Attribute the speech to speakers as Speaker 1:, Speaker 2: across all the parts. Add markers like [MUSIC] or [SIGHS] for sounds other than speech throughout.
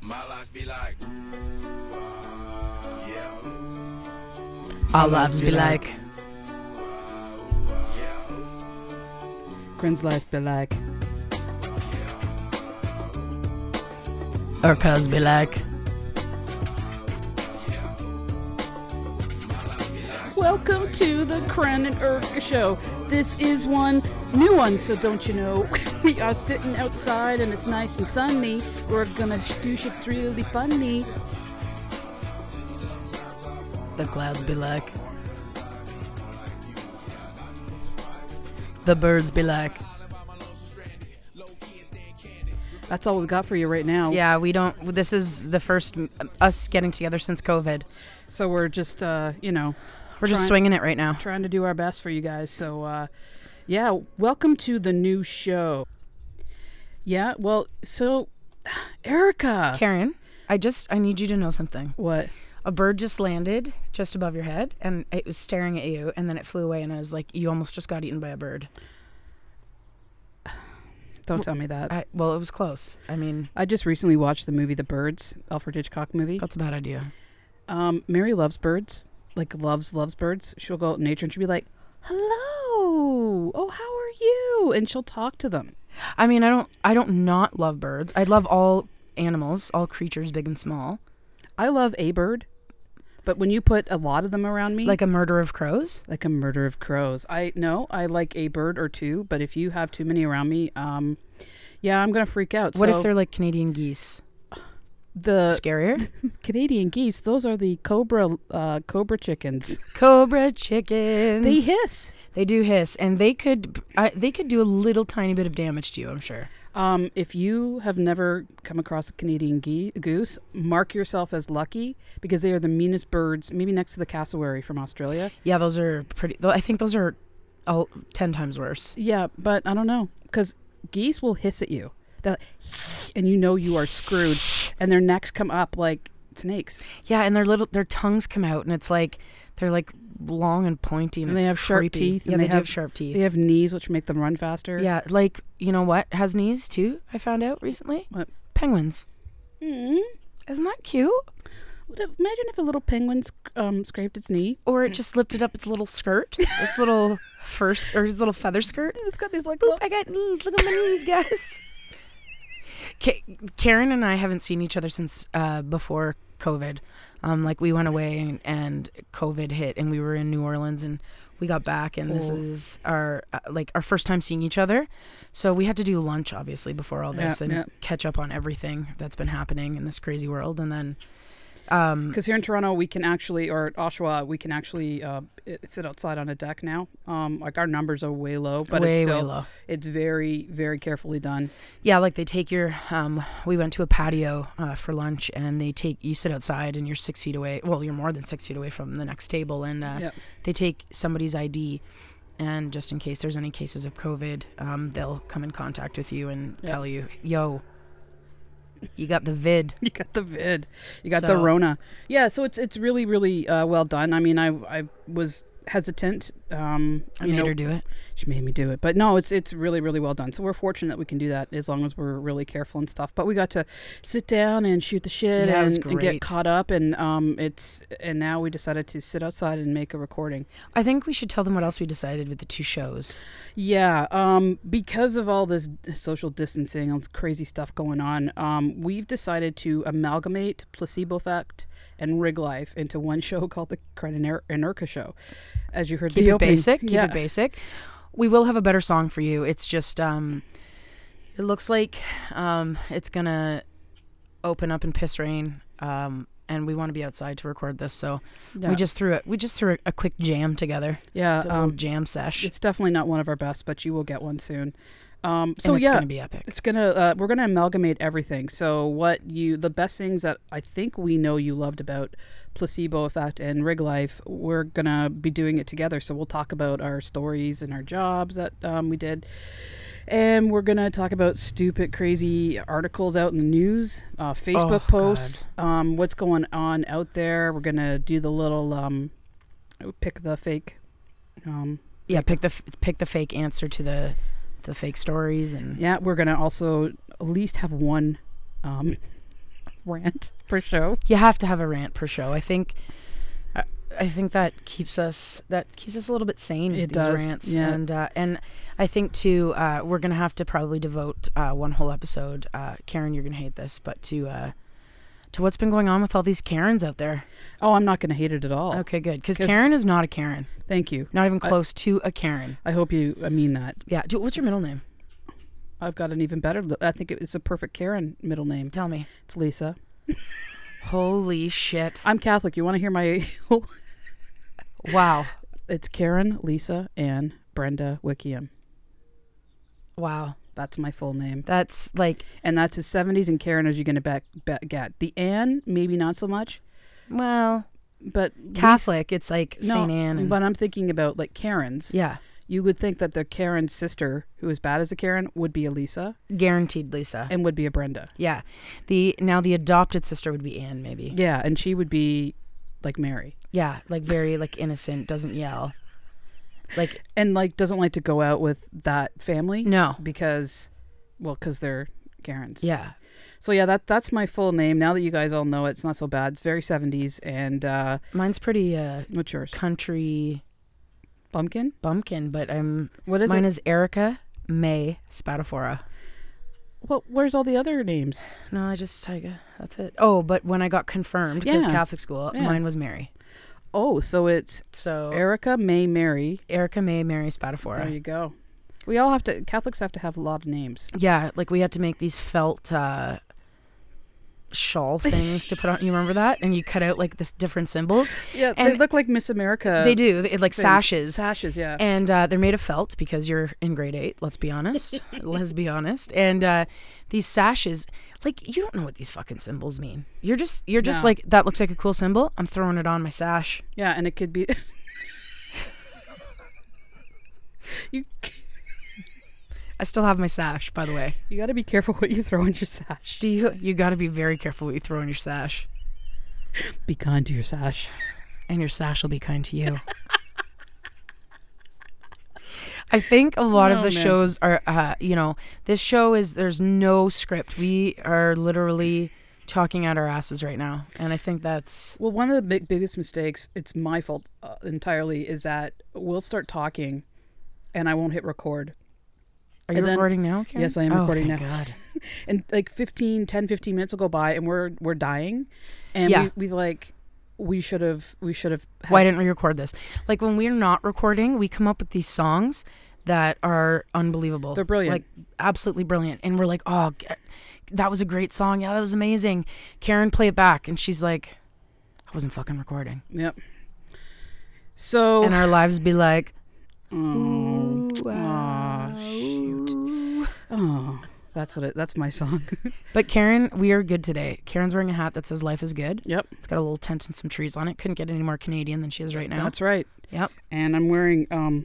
Speaker 1: My life be like, ooh, ah, yeah, ooh,
Speaker 2: Our lives be like.
Speaker 1: ah, yeah, ooh,
Speaker 3: Grin's life be like.
Speaker 2: Our cars be like.
Speaker 3: Welcome to the Kren and Urka show. This is one new one, so don't you know? [LAUGHS] We are sitting outside and it's nice and sunny. We're gonna sh- do shit really funny.
Speaker 2: The clouds be like. The birds be like.
Speaker 3: That's all we got for you right now.
Speaker 2: Yeah, we don't. This is the first um, us getting together since COVID.
Speaker 3: So we're just, uh, you know,
Speaker 2: We're just
Speaker 3: Trying-
Speaker 2: swinging it right now.
Speaker 3: trying to do our best for you guys. So, uh, yeah, welcome to the new show. Yeah, well, so [SIGHS] Erica,
Speaker 2: Karen, I just I need you to know something.
Speaker 3: what?
Speaker 2: A bird just landed just above your head, and it was staring at you, and then it flew away, and I was like, "You almost just got eaten by a bird."
Speaker 3: Don't tell me that.
Speaker 2: I, well, it was close. I mean,
Speaker 3: I just recently watched the movie The Birds, Alfred Hitchcock movie.
Speaker 2: that's a bad idea.
Speaker 3: Um, Mary loves birds, like loves loves birds. She'll go out in nature and she'll be like, "Hello, oh how are you?" And she'll talk to them.
Speaker 2: I mean, I don't I don't not love birds. I love all animals, all creatures, big and small.
Speaker 3: I love a bird, but when you put a lot of them around me,
Speaker 2: Like a murder of crows.
Speaker 3: like a murder of crows. I no, I like a bird or two, but if you have too many around me, um, yeah, I'm gonna freak out.
Speaker 2: What
Speaker 3: So Uh,
Speaker 2: if they're like Canadian geese?
Speaker 3: the
Speaker 2: Scarier.
Speaker 3: Canadian geese? Those are the cobra uh, cobra chickens.
Speaker 2: Cobra chickens.
Speaker 3: They hiss.
Speaker 2: They do hiss, and they could I, they could do a little tiny bit of damage to you. I'm sure.
Speaker 3: Um, if you have never come across a Canadian gee- goose, mark yourself as lucky because they are the meanest birds, maybe next to the cassowary from Australia.
Speaker 2: Yeah, those are pretty. tho- I think those are all, ten times worse.
Speaker 3: Yeah, but I don't know because geese will hiss at you, They'll and you know you are screwed. And their necks come up like snakes,
Speaker 2: Yeah, and their little their tongues come out, and it's like they're like long and pointy, and,
Speaker 3: and they have sharp
Speaker 2: creepy.
Speaker 3: teeth.
Speaker 2: Yeah,
Speaker 3: and
Speaker 2: they, do have sharp teeth.
Speaker 3: They have knees, which make them run faster.
Speaker 2: Yeah, like you know what has knees too? I found out recently.
Speaker 3: What?
Speaker 2: Penguins.
Speaker 3: Mm-hmm.
Speaker 2: Isn't that cute?
Speaker 3: Imagine if a little penguin sc- um, scraped its knee.
Speaker 2: Or it just lifted up its little skirt, its little fur sk- or its little feather skirt.
Speaker 3: It's got these like
Speaker 2: Boop! I got knees. Look at my knees, guys. [LAUGHS] Ka- Karen and I haven't seen each other since uh, before COVID. Um, like we went away and, and COVID hit, and we were in New Orleans, and we got back, and this
Speaker 3: Oh.
Speaker 2: is our uh, like our first time seeing each other. So we had to do lunch obviously before all
Speaker 3: Yeah,
Speaker 2: this and
Speaker 3: yeah.
Speaker 2: catch up on everything that's been happening in this crazy world, and then um,
Speaker 3: Because here in Toronto, we can actually, or Oshawa, we can actually uh, it- sit outside on a deck now. Um, like our numbers are way low, but
Speaker 2: way
Speaker 3: it's still,
Speaker 2: way low.
Speaker 3: it's very, very carefully done. [LAUGHS]
Speaker 2: Yeah, like they take your. Um, we went to a patio uh, for lunch, and they take you sit outside, and you're six feet away. Well, you're more than six feet away from the next table, and uh,
Speaker 3: Yep.
Speaker 2: they take somebody's ID, and just in case there's any cases of COVID, um, they'll come in contact with you and
Speaker 3: Yep.
Speaker 2: tell you, "Yo, you got the vid."
Speaker 3: You got the vid, you got the
Speaker 2: So-
Speaker 3: Rona. Yeah, so it's it's really, really uh, well done. I mean, I I was hesitant. Um,
Speaker 2: I
Speaker 3: you
Speaker 2: made
Speaker 3: know,
Speaker 2: her do it.
Speaker 3: She made me do it, but no, it's it's really, really well done. So we're fortunate we can do that as long as we're really careful and stuff. But we got to sit down and shoot the shit
Speaker 2: Yeah, it was
Speaker 3: and, and get
Speaker 2: great.
Speaker 3: caught up, and um, it's and now we decided to sit outside and make a recording.
Speaker 2: I think we should tell them what else we decided with the two shows.
Speaker 3: Yeah, um, because of all this d- social distancing and this crazy stuff going on, um, we've decided to amalgamate Placebo Effect and Rig Life into one [LAUGHS] show called the Kren and Er- and Erka Show. As you heard,
Speaker 2: Keep
Speaker 3: the
Speaker 2: it
Speaker 3: opening-
Speaker 2: basic. Keep
Speaker 3: yeah.
Speaker 2: it basic. We will have a better song for you. It's just um it looks like um it's gonna open up in piss rain. Um and we want to be outside to record this, so
Speaker 3: Yeah,
Speaker 2: we just threw it. We just threw a, a quick jam together,
Speaker 3: yeah.
Speaker 2: did a little
Speaker 3: Um,
Speaker 2: jam sesh,
Speaker 3: it's definitely not one of our best, but you will get one soon. Um, so
Speaker 2: and it's
Speaker 3: yeah,
Speaker 2: gonna be epic.
Speaker 3: It's gonna uh, we're gonna amalgamate everything. So what you the best things that I think we know you loved about placebo effect and rig life, we're gonna be doing it together. So we'll talk about our stories and our jobs that um, we did, and we're gonna talk about stupid, crazy articles out in the news, uh, Facebook
Speaker 2: Oh,
Speaker 3: posts, um, what's going on out there. We're gonna do the little um, pick the fake. Um,
Speaker 2: Yeah, pick the f- pick the fake answer to the the fake stories, and
Speaker 3: Yeah, we're gonna also at least have one um, [LAUGHS] rant per show.
Speaker 2: You have to have a rant per show. I think. I- I think that keeps us that keeps us a little bit sane.
Speaker 3: It
Speaker 2: these
Speaker 3: does,
Speaker 2: rants.
Speaker 3: yeah.
Speaker 2: and uh, and I think too uh, we're gonna have to probably devote uh, one whole episode. Uh, Karen, you're gonna hate this, but to uh, to what's been going on with all these Karens out there.
Speaker 3: Oh, I'm not going to hate it at all.
Speaker 2: Okay, good, because
Speaker 3: 'Cause-
Speaker 2: Karen is not a Karen,
Speaker 3: Thank you.
Speaker 2: not even
Speaker 3: I-
Speaker 2: close to a Karen.
Speaker 3: I hope you. I mean that.
Speaker 2: Yeah, do, what's your middle name?
Speaker 3: I've got an even better. I think it's a perfect Karen middle name.
Speaker 2: Tell me.
Speaker 3: It's Lisa.
Speaker 2: Holy shit!
Speaker 3: I'm Catholic. You want to hear my? [LAUGHS]
Speaker 2: Wow,
Speaker 3: it's Karen, Lisa, and Brenda Wickiam.
Speaker 2: wow,
Speaker 3: That's my full name,
Speaker 2: that's like
Speaker 3: and that's as 70s and Karen as you're gonna bet, bet, get. The Anne, maybe not so much,
Speaker 2: well
Speaker 3: but Lisa-
Speaker 2: Catholic. It's like
Speaker 3: No,
Speaker 2: Saint Anne. And,
Speaker 3: But I'm thinking about like Karens.
Speaker 2: yeah,
Speaker 3: You would think that the Karen's sister, who is bad as a Karen, would be a Lisa
Speaker 2: guaranteed, Lisa.
Speaker 3: and would be a Brenda.
Speaker 2: Yeah. The now the adopted sister would be Anne, maybe.
Speaker 3: Yeah, and she would be like Mary.
Speaker 2: Yeah, like very like innocent, doesn't yell. Like
Speaker 3: and like doesn't like to go out with that family
Speaker 2: no.
Speaker 3: because well because they're Karens.
Speaker 2: Yeah.
Speaker 3: So yeah, that that's my full name. Now that you guys all know it, it's not so bad. It's very 70s and uh
Speaker 2: Mine's pretty uh
Speaker 3: what's yours?
Speaker 2: country
Speaker 3: Bumpkin?
Speaker 2: bumpkin, but I'm
Speaker 3: What is
Speaker 2: mine
Speaker 3: it?
Speaker 2: is Erica May Spatafora.
Speaker 3: well, where's all the other names?
Speaker 2: No, I just I, that's it. Oh, but when I got confirmed because
Speaker 3: Yeah.
Speaker 2: Catholic school,
Speaker 3: Yeah.
Speaker 2: mine was Mary.
Speaker 3: Oh, so it's
Speaker 2: So
Speaker 3: Erica May Mary.
Speaker 2: Erica May Mary
Speaker 3: There
Speaker 2: Spatafora.
Speaker 3: you go. We all have to Catholics have to have a lot of names.
Speaker 2: [LAUGHS] Yeah, like we had to make these felt uh shawl things to put on. You remember that? And you cut out like this different symbols.
Speaker 3: Yeah,
Speaker 2: And-
Speaker 3: they look like Miss America.
Speaker 2: they do they, like
Speaker 3: things.
Speaker 2: sashes
Speaker 3: Sashes, yeah.
Speaker 2: and uh, they're made of felt because you're in grade eight let's be honest let's be honest and uh, these sashes like you don't know what these fucking symbols mean you're just you're just
Speaker 3: No.
Speaker 2: like that looks like a cool symbol i'm throwing it on my sash
Speaker 3: yeah, and it could be [LAUGHS] You
Speaker 2: i still have my sash by the way
Speaker 3: you got to be careful what you throw in your sash.
Speaker 2: do you you got to be very careful what you throw in your sash
Speaker 3: [LAUGHS] Be kind to your sash.
Speaker 2: and your sash will be kind to
Speaker 3: [LAUGHS]
Speaker 2: you I think a lot
Speaker 3: Oh,
Speaker 2: of the
Speaker 3: man.
Speaker 2: shows are, uh, you know, this show is there's no script. We are literally talking out our asses right now, and I think that's
Speaker 3: Well, one of the big, biggest mistakes, it's my fault uh, entirely, is that we'll start talking and I won't hit record.
Speaker 2: Are
Speaker 3: And
Speaker 2: you
Speaker 3: then-
Speaker 2: recording now? Karen?
Speaker 3: Yes, I am
Speaker 2: oh,
Speaker 3: recording
Speaker 2: thank
Speaker 3: now.
Speaker 2: God.
Speaker 3: And like 15, 10, 15 minutes will go by and we're we're dying. And
Speaker 2: Yeah.
Speaker 3: we, we like, we should have, we should have. had-
Speaker 2: Why didn't we record this? Like when we're not recording, we come up with these songs that are unbelievable.
Speaker 3: [LAUGHS] They're brilliant.
Speaker 2: Like absolutely brilliant. And we're like, oh, g- that was a great song. Yeah, that was amazing. Karen, play it back. And she's like, I wasn't fucking recording.
Speaker 3: Yep. So.
Speaker 2: And our lives be like,
Speaker 3: oh,
Speaker 2: wow.
Speaker 3: ah, shoot. oh, that's what it, that's my song. [LAUGHS]
Speaker 2: But Karen, we are good today. Karen's wearing a hat that says life is good.
Speaker 3: Yep.
Speaker 2: It's got a little tent and some trees on it. Couldn't get any more Canadian than she is right now.
Speaker 3: That's right.
Speaker 2: Yep.
Speaker 3: And I'm wearing, um,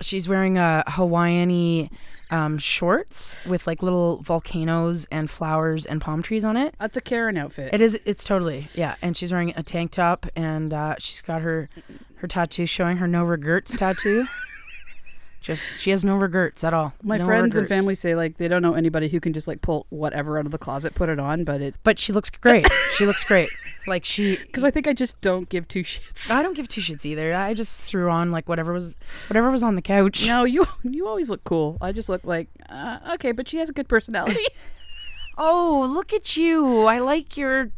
Speaker 2: She's wearing a Hawaiian um, shorts with like little volcanoes and flowers and palm trees on it.
Speaker 3: that's a Karen outfit.
Speaker 2: It is. It's totally yeah. And she's wearing a tank top and uh, she's got her her tattoo showing her no regrets
Speaker 3: [LAUGHS]
Speaker 2: tattoo. Just she has no regrets at all.
Speaker 3: My
Speaker 2: No
Speaker 3: friends and
Speaker 2: regrets.
Speaker 3: family say like they don't know anybody who can just like pull whatever out of the closet, put it on, but it
Speaker 2: But she looks [LAUGHS] great. she looks great. Like she.
Speaker 3: because I think I just don't give two [LAUGHS] shits.
Speaker 2: I don't give two shits either. I just threw on like whatever was whatever was on the couch.
Speaker 3: No, you you always look cool. I just look like uh, okay, but she has a good [LAUGHS] personality.
Speaker 2: Oh, look at you! I like your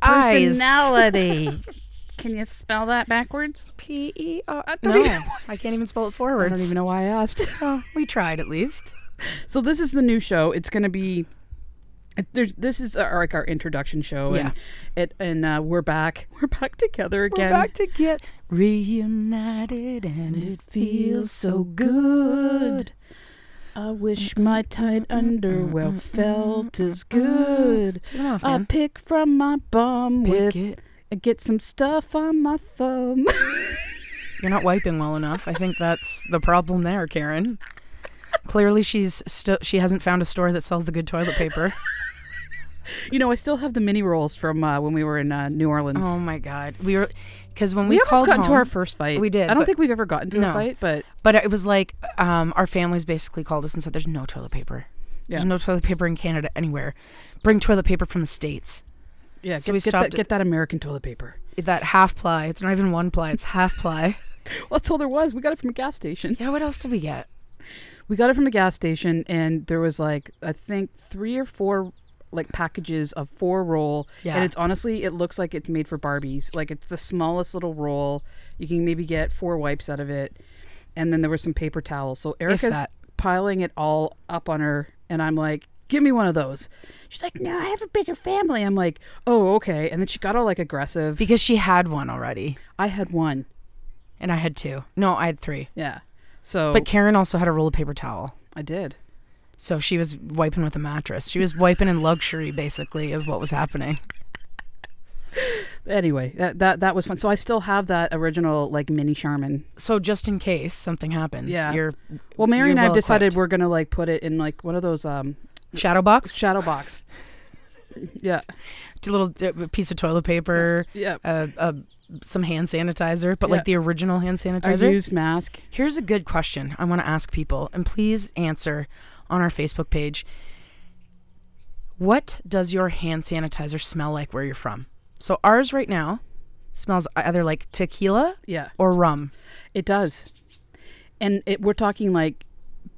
Speaker 2: eyes.
Speaker 3: personality. [LAUGHS] can you spell that backwards?
Speaker 2: P E R.
Speaker 3: I don't
Speaker 2: No,
Speaker 3: even-
Speaker 2: I can't even spell it
Speaker 3: I
Speaker 2: forwards.
Speaker 3: don't even know why I asked. [LAUGHS]
Speaker 2: Oh, we tried at least.
Speaker 3: so this is the new show. It's gonna be. it- There's, this is our, like our introduction show, and it and uh, we're back. We're back together
Speaker 2: We're
Speaker 3: again.
Speaker 2: back to get reunited, and it feels so good.
Speaker 3: I wish my tight underwear felt as good.
Speaker 2: Take 'em off,
Speaker 3: I
Speaker 2: man.
Speaker 3: pick from my bum
Speaker 2: Pick
Speaker 3: with
Speaker 2: it.
Speaker 3: I get some stuff on my thumb. [LAUGHS]
Speaker 2: You're not wiping well enough. I think that's the problem there, Karen. Clearly, she's still she hasn't found a store that sells the good toilet paper.
Speaker 3: you know, I still have the mini rolls from uh, when we were in uh, New Orleans.
Speaker 2: Oh my God, we were because when
Speaker 3: we
Speaker 2: we,
Speaker 3: almost
Speaker 2: called
Speaker 3: got into
Speaker 2: home-
Speaker 3: our first fight.
Speaker 2: We did,
Speaker 3: I don't
Speaker 2: but-
Speaker 3: think we've ever gotten to a
Speaker 2: No.
Speaker 3: fight, but
Speaker 2: But it was like um, our families basically called us and said, "There's no toilet paper. There's
Speaker 3: Yeah.
Speaker 2: no toilet paper in Canada anywhere. Bring toilet paper from the states."
Speaker 3: Yeah,
Speaker 2: So
Speaker 3: get,
Speaker 2: we
Speaker 3: get
Speaker 2: stopped
Speaker 3: that,
Speaker 2: it.
Speaker 3: get that American toilet paper.
Speaker 2: That half ply. It's not even one ply. It's half ply.
Speaker 3: Well, that's all there was. We got it from a gas station.
Speaker 2: Yeah. What else did we get?
Speaker 3: We got it from a gas station, and there was like I think three or four like packages of four roll.
Speaker 2: Yeah.
Speaker 3: And it's honestly, it looks like it's made for Barbies. Like it's the smallest little roll. You can maybe get four wipes out of it, and then there was some paper towels. So Erica's
Speaker 2: that.
Speaker 3: piling it all up on her, and I'm like. Give me one of those. She's like, no, I have a bigger family. I'm like, oh, okay. And then she got all like aggressive.
Speaker 2: Because she had one already,
Speaker 3: I had one.
Speaker 2: and I had two. No, I had three.
Speaker 3: Yeah. So
Speaker 2: But Karen also had a roll of paper towel.
Speaker 3: I did.
Speaker 2: So she was wiping with a mattress. She was wiping in luxury, basically, is what was happening.
Speaker 3: Anyway, that, that that was fun. So I still have that original like mini Charmin.
Speaker 2: So just in case something happens,
Speaker 3: Yeah.
Speaker 2: you're
Speaker 3: Well, Mary and I
Speaker 2: You're
Speaker 3: have decided
Speaker 2: well-equipped.
Speaker 3: we're gonna like put it in like one of those um
Speaker 2: shadow box,
Speaker 3: shadow box. yeah,
Speaker 2: a little uh, piece of toilet paper,
Speaker 3: yeah.
Speaker 2: uh, uh, some hand sanitizer, but
Speaker 3: Yeah.
Speaker 2: like the original hand
Speaker 3: A
Speaker 2: sanitizer.
Speaker 3: used mask.
Speaker 2: Here's a good question I want to ask people, and please answer on our Facebook page. What does your hand sanitizer smell like where you're from? So ours right now smells either like tequila
Speaker 3: Yeah,
Speaker 2: or rum,
Speaker 3: it does. And it, we're talking like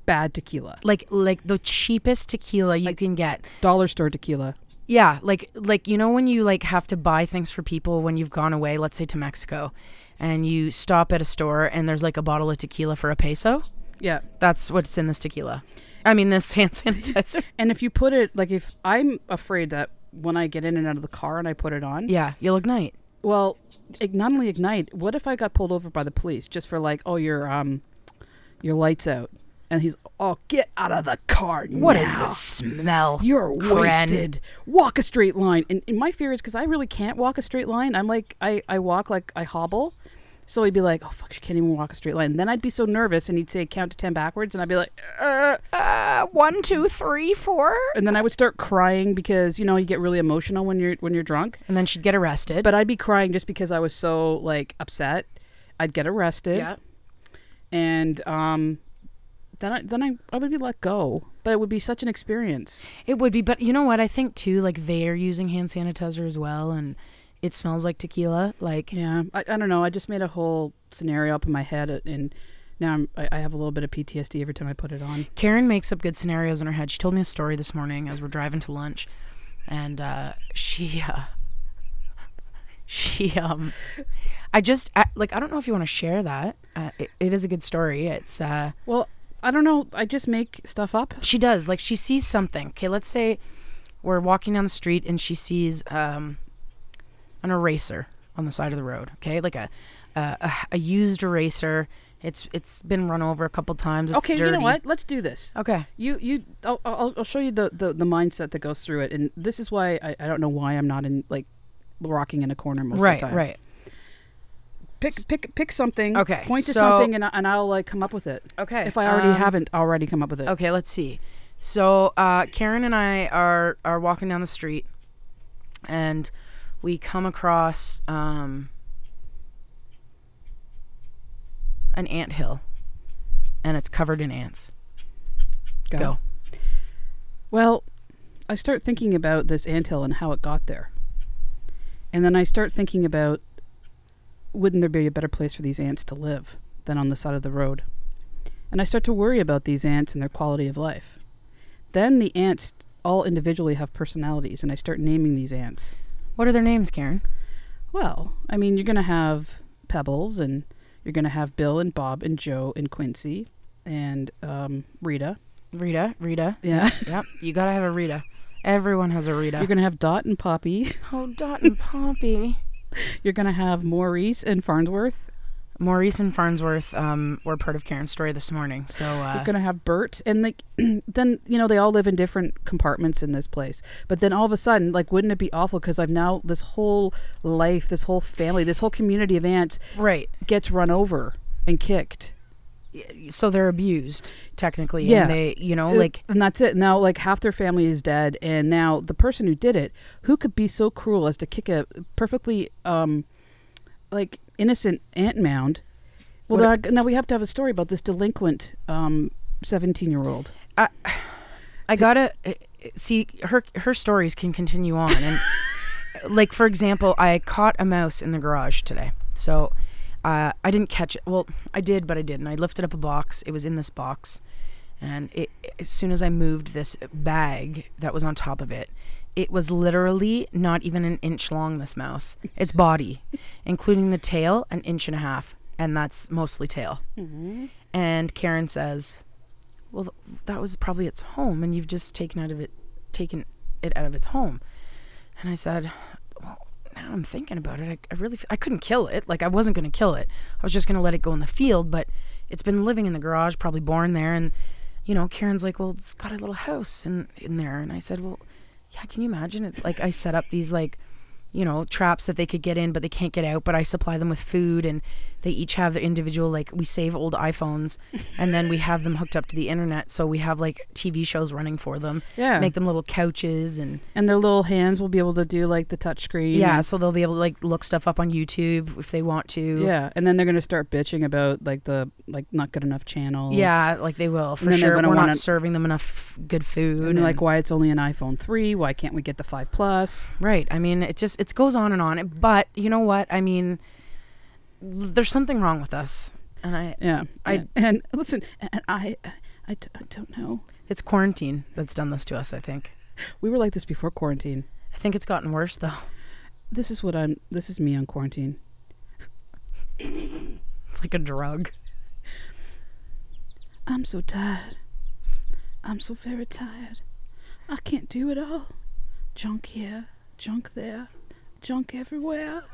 Speaker 3: bad tequila,
Speaker 2: like like the cheapest tequila you can get.
Speaker 3: dollar store tequila.
Speaker 2: Yeah, like like you know when you like have to buy things for people when you've gone away, let's say to Mexico, and you stop at a store and there's like a bottle of tequila for a peso.
Speaker 3: Yeah.
Speaker 2: That's what's in this tequila. I mean this hand [LAUGHS] sanitizer.
Speaker 3: And if you put it like if I'm afraid that when I get in and out of the car and I put it on,
Speaker 2: yeah, you'll ignite.
Speaker 3: Well, ig- not only ignite. What if I got pulled over by the police just for like, oh, your um, your lights out, and he's, oh, get out of the car.
Speaker 2: What is
Speaker 3: now.
Speaker 2: the smell?
Speaker 3: You're
Speaker 2: Kren?"
Speaker 3: wasted. Walk a straight line. And, and my fear is because I really can't walk a straight line. I'm like, I I walk like I hobble. So he'd be like, "Oh fuck, she can't even walk a straight line." And then I'd be so nervous, and he'd say, "Count to ten backwards," and I'd be like, uh,
Speaker 2: Uh, one, two, three, four.
Speaker 3: and then I would start crying because you know you get really emotional when you're when you're drunk.
Speaker 2: And then she'd get arrested.
Speaker 3: But I'd be crying just because I was so like upset. I'd get arrested.
Speaker 2: yeah.
Speaker 3: and um, then I then I, I would be let go. But it would be such an experience.
Speaker 2: It would be, but you know what? I think too, like they're using hand sanitizer as well, and it smells like tequila. Like,
Speaker 3: Yeah, I, I don't know. I just made a whole scenario up in my head, uh, and now I'm, I, I have a little bit of PTSD every time I put it on.
Speaker 2: Karen makes up good scenarios in her head. She told me a story this morning as we're driving to lunch, and uh, she, uh, she, um, I just I, like I don't know if you want to share that. Uh, it, it is a good story. It's uh,
Speaker 3: Well, I don't know. I just make stuff up.
Speaker 2: she does like she sees something. Okay, let's say we're walking down the street and she sees um, an eraser on the side of the road. Okay, like a a, a, a used eraser. It's it's been run over a couple times. It's
Speaker 3: okay,
Speaker 2: dirty.
Speaker 3: you know what? Let's do this.
Speaker 2: Okay.
Speaker 3: You you I'll, I'll, I'll show you the, the the mindset that goes through it, and this is why I, I don't know why I'm not in like rocking in a corner most
Speaker 2: Right,
Speaker 3: of the time.
Speaker 2: right.
Speaker 3: Pick pick pick something.
Speaker 2: Okay,
Speaker 3: Point to
Speaker 2: so-
Speaker 3: something, and I, and I'll like come up with it.
Speaker 2: Okay.
Speaker 3: If I already
Speaker 2: um,
Speaker 3: haven't already come up with it.
Speaker 2: Okay, let's see. So uh, Karen and I are are walking down the street, and we come across um, an ant hill, and it's covered in ants. Go.
Speaker 3: Well, I start thinking about this anthill and how it got there. And then I start thinking about wouldn't there be a better place for these ants to live than on the side of the road? And I start to worry about these ants and their quality of life. Then the ants all individually have personalities, and I start naming these ants.
Speaker 2: What are their names, Karen?
Speaker 3: Well, I mean, you're going to have Pebbles, and you're going to have Bill, and Bob, and Joe, and Quincy, and um, Rita.
Speaker 2: Rita. Rita.
Speaker 3: Yeah.
Speaker 2: Yep. You gotta have a Rita. Everyone has a Rita.
Speaker 3: [LAUGHS] You're going to have Dot and Poppy.
Speaker 2: oh, Dot and Poppy.
Speaker 3: You're gonna have Maurice and Farnsworth.
Speaker 2: Maurice and Farnsworth um, were part of Karen's story this morning, so uh,
Speaker 3: You're gonna have Bert, and like [CLEARS THROAT] then you know they all live in different compartments in this place. But then all of a sudden, like, wouldn't it be awful? Because I've now this whole life, this whole family, this whole community of ants
Speaker 2: right.
Speaker 3: gets run over and kicked.
Speaker 2: so they're abused technically
Speaker 3: Yeah.
Speaker 2: and they you know like
Speaker 3: and that's it. Now, like half their family is dead, and now the person who did it, who could be so cruel as to kick a perfectly, um, like innocent ant mound? Well, now, now we have to have a story about this delinquent um seventeen-year-old.
Speaker 2: eh, i gotta uh, see her her stories can continue on and like for example, I caught a mouse in the garage today. So uh, I didn't catch it. Well, I did, but I didn't. I lifted up a box. It was in this box, and it, as soon as I moved this bag that was on top of it, it was literally not even an inch long. This mouse, its body, including the tail, an inch and a half, and that's mostly tail. Mm-hmm. And Karen says, "Well, th- that was probably its home, and you've just taken out of it, taken it out of its home." And I said, "Well, now I'm thinking about it. I, I really, f- I couldn't kill it. Like I wasn't going to kill it. I was just going to let it go in the field. But it's been living in the garage, probably born there. And you know, Karen's like, well, it's got a little house in in there. And I said, well, yeah. Can you imagine it? Like I set up these like." You know, traps that they could get in, but they can't get out. But I supply them with food, and they each have their individual. Like we save old
Speaker 3: [LAUGHS]
Speaker 2: iPhones, and then we have them hooked up to the internet, so we have like TV shows running for them.
Speaker 3: Yeah.
Speaker 2: make them little couches and
Speaker 3: and their little hands will be able to do like the touch screen.
Speaker 2: yeah, so they'll be able to like look stuff up on YouTube if they want to.
Speaker 3: Yeah, and then they're gonna start bitching about like the like not good enough channels.
Speaker 2: Yeah, like they will for
Speaker 3: then they're
Speaker 2: sure. We're
Speaker 3: gonna
Speaker 2: not
Speaker 3: wanna-
Speaker 2: serving them enough good food.
Speaker 3: and
Speaker 2: and-
Speaker 3: like why it's only an iPhone three? Why can't we get the five plus?
Speaker 2: right. I mean, it just it goes on and on. But you know what? I mean, there's something wrong with us, and I
Speaker 3: Yeah,
Speaker 2: I-
Speaker 3: and, and listen, and I, uh, I, d- I don't know.
Speaker 2: it's quarantine that's done this to us. I think.
Speaker 3: We were like this before quarantine.
Speaker 2: I think it's gotten worse though. [LAUGHS]
Speaker 3: This is what I'm. This is me on quarantine.
Speaker 2: It's like a drug.
Speaker 3: I'm so tired. I'm so very tired. I can't do it all. Junk here, junk there, junk everywhere.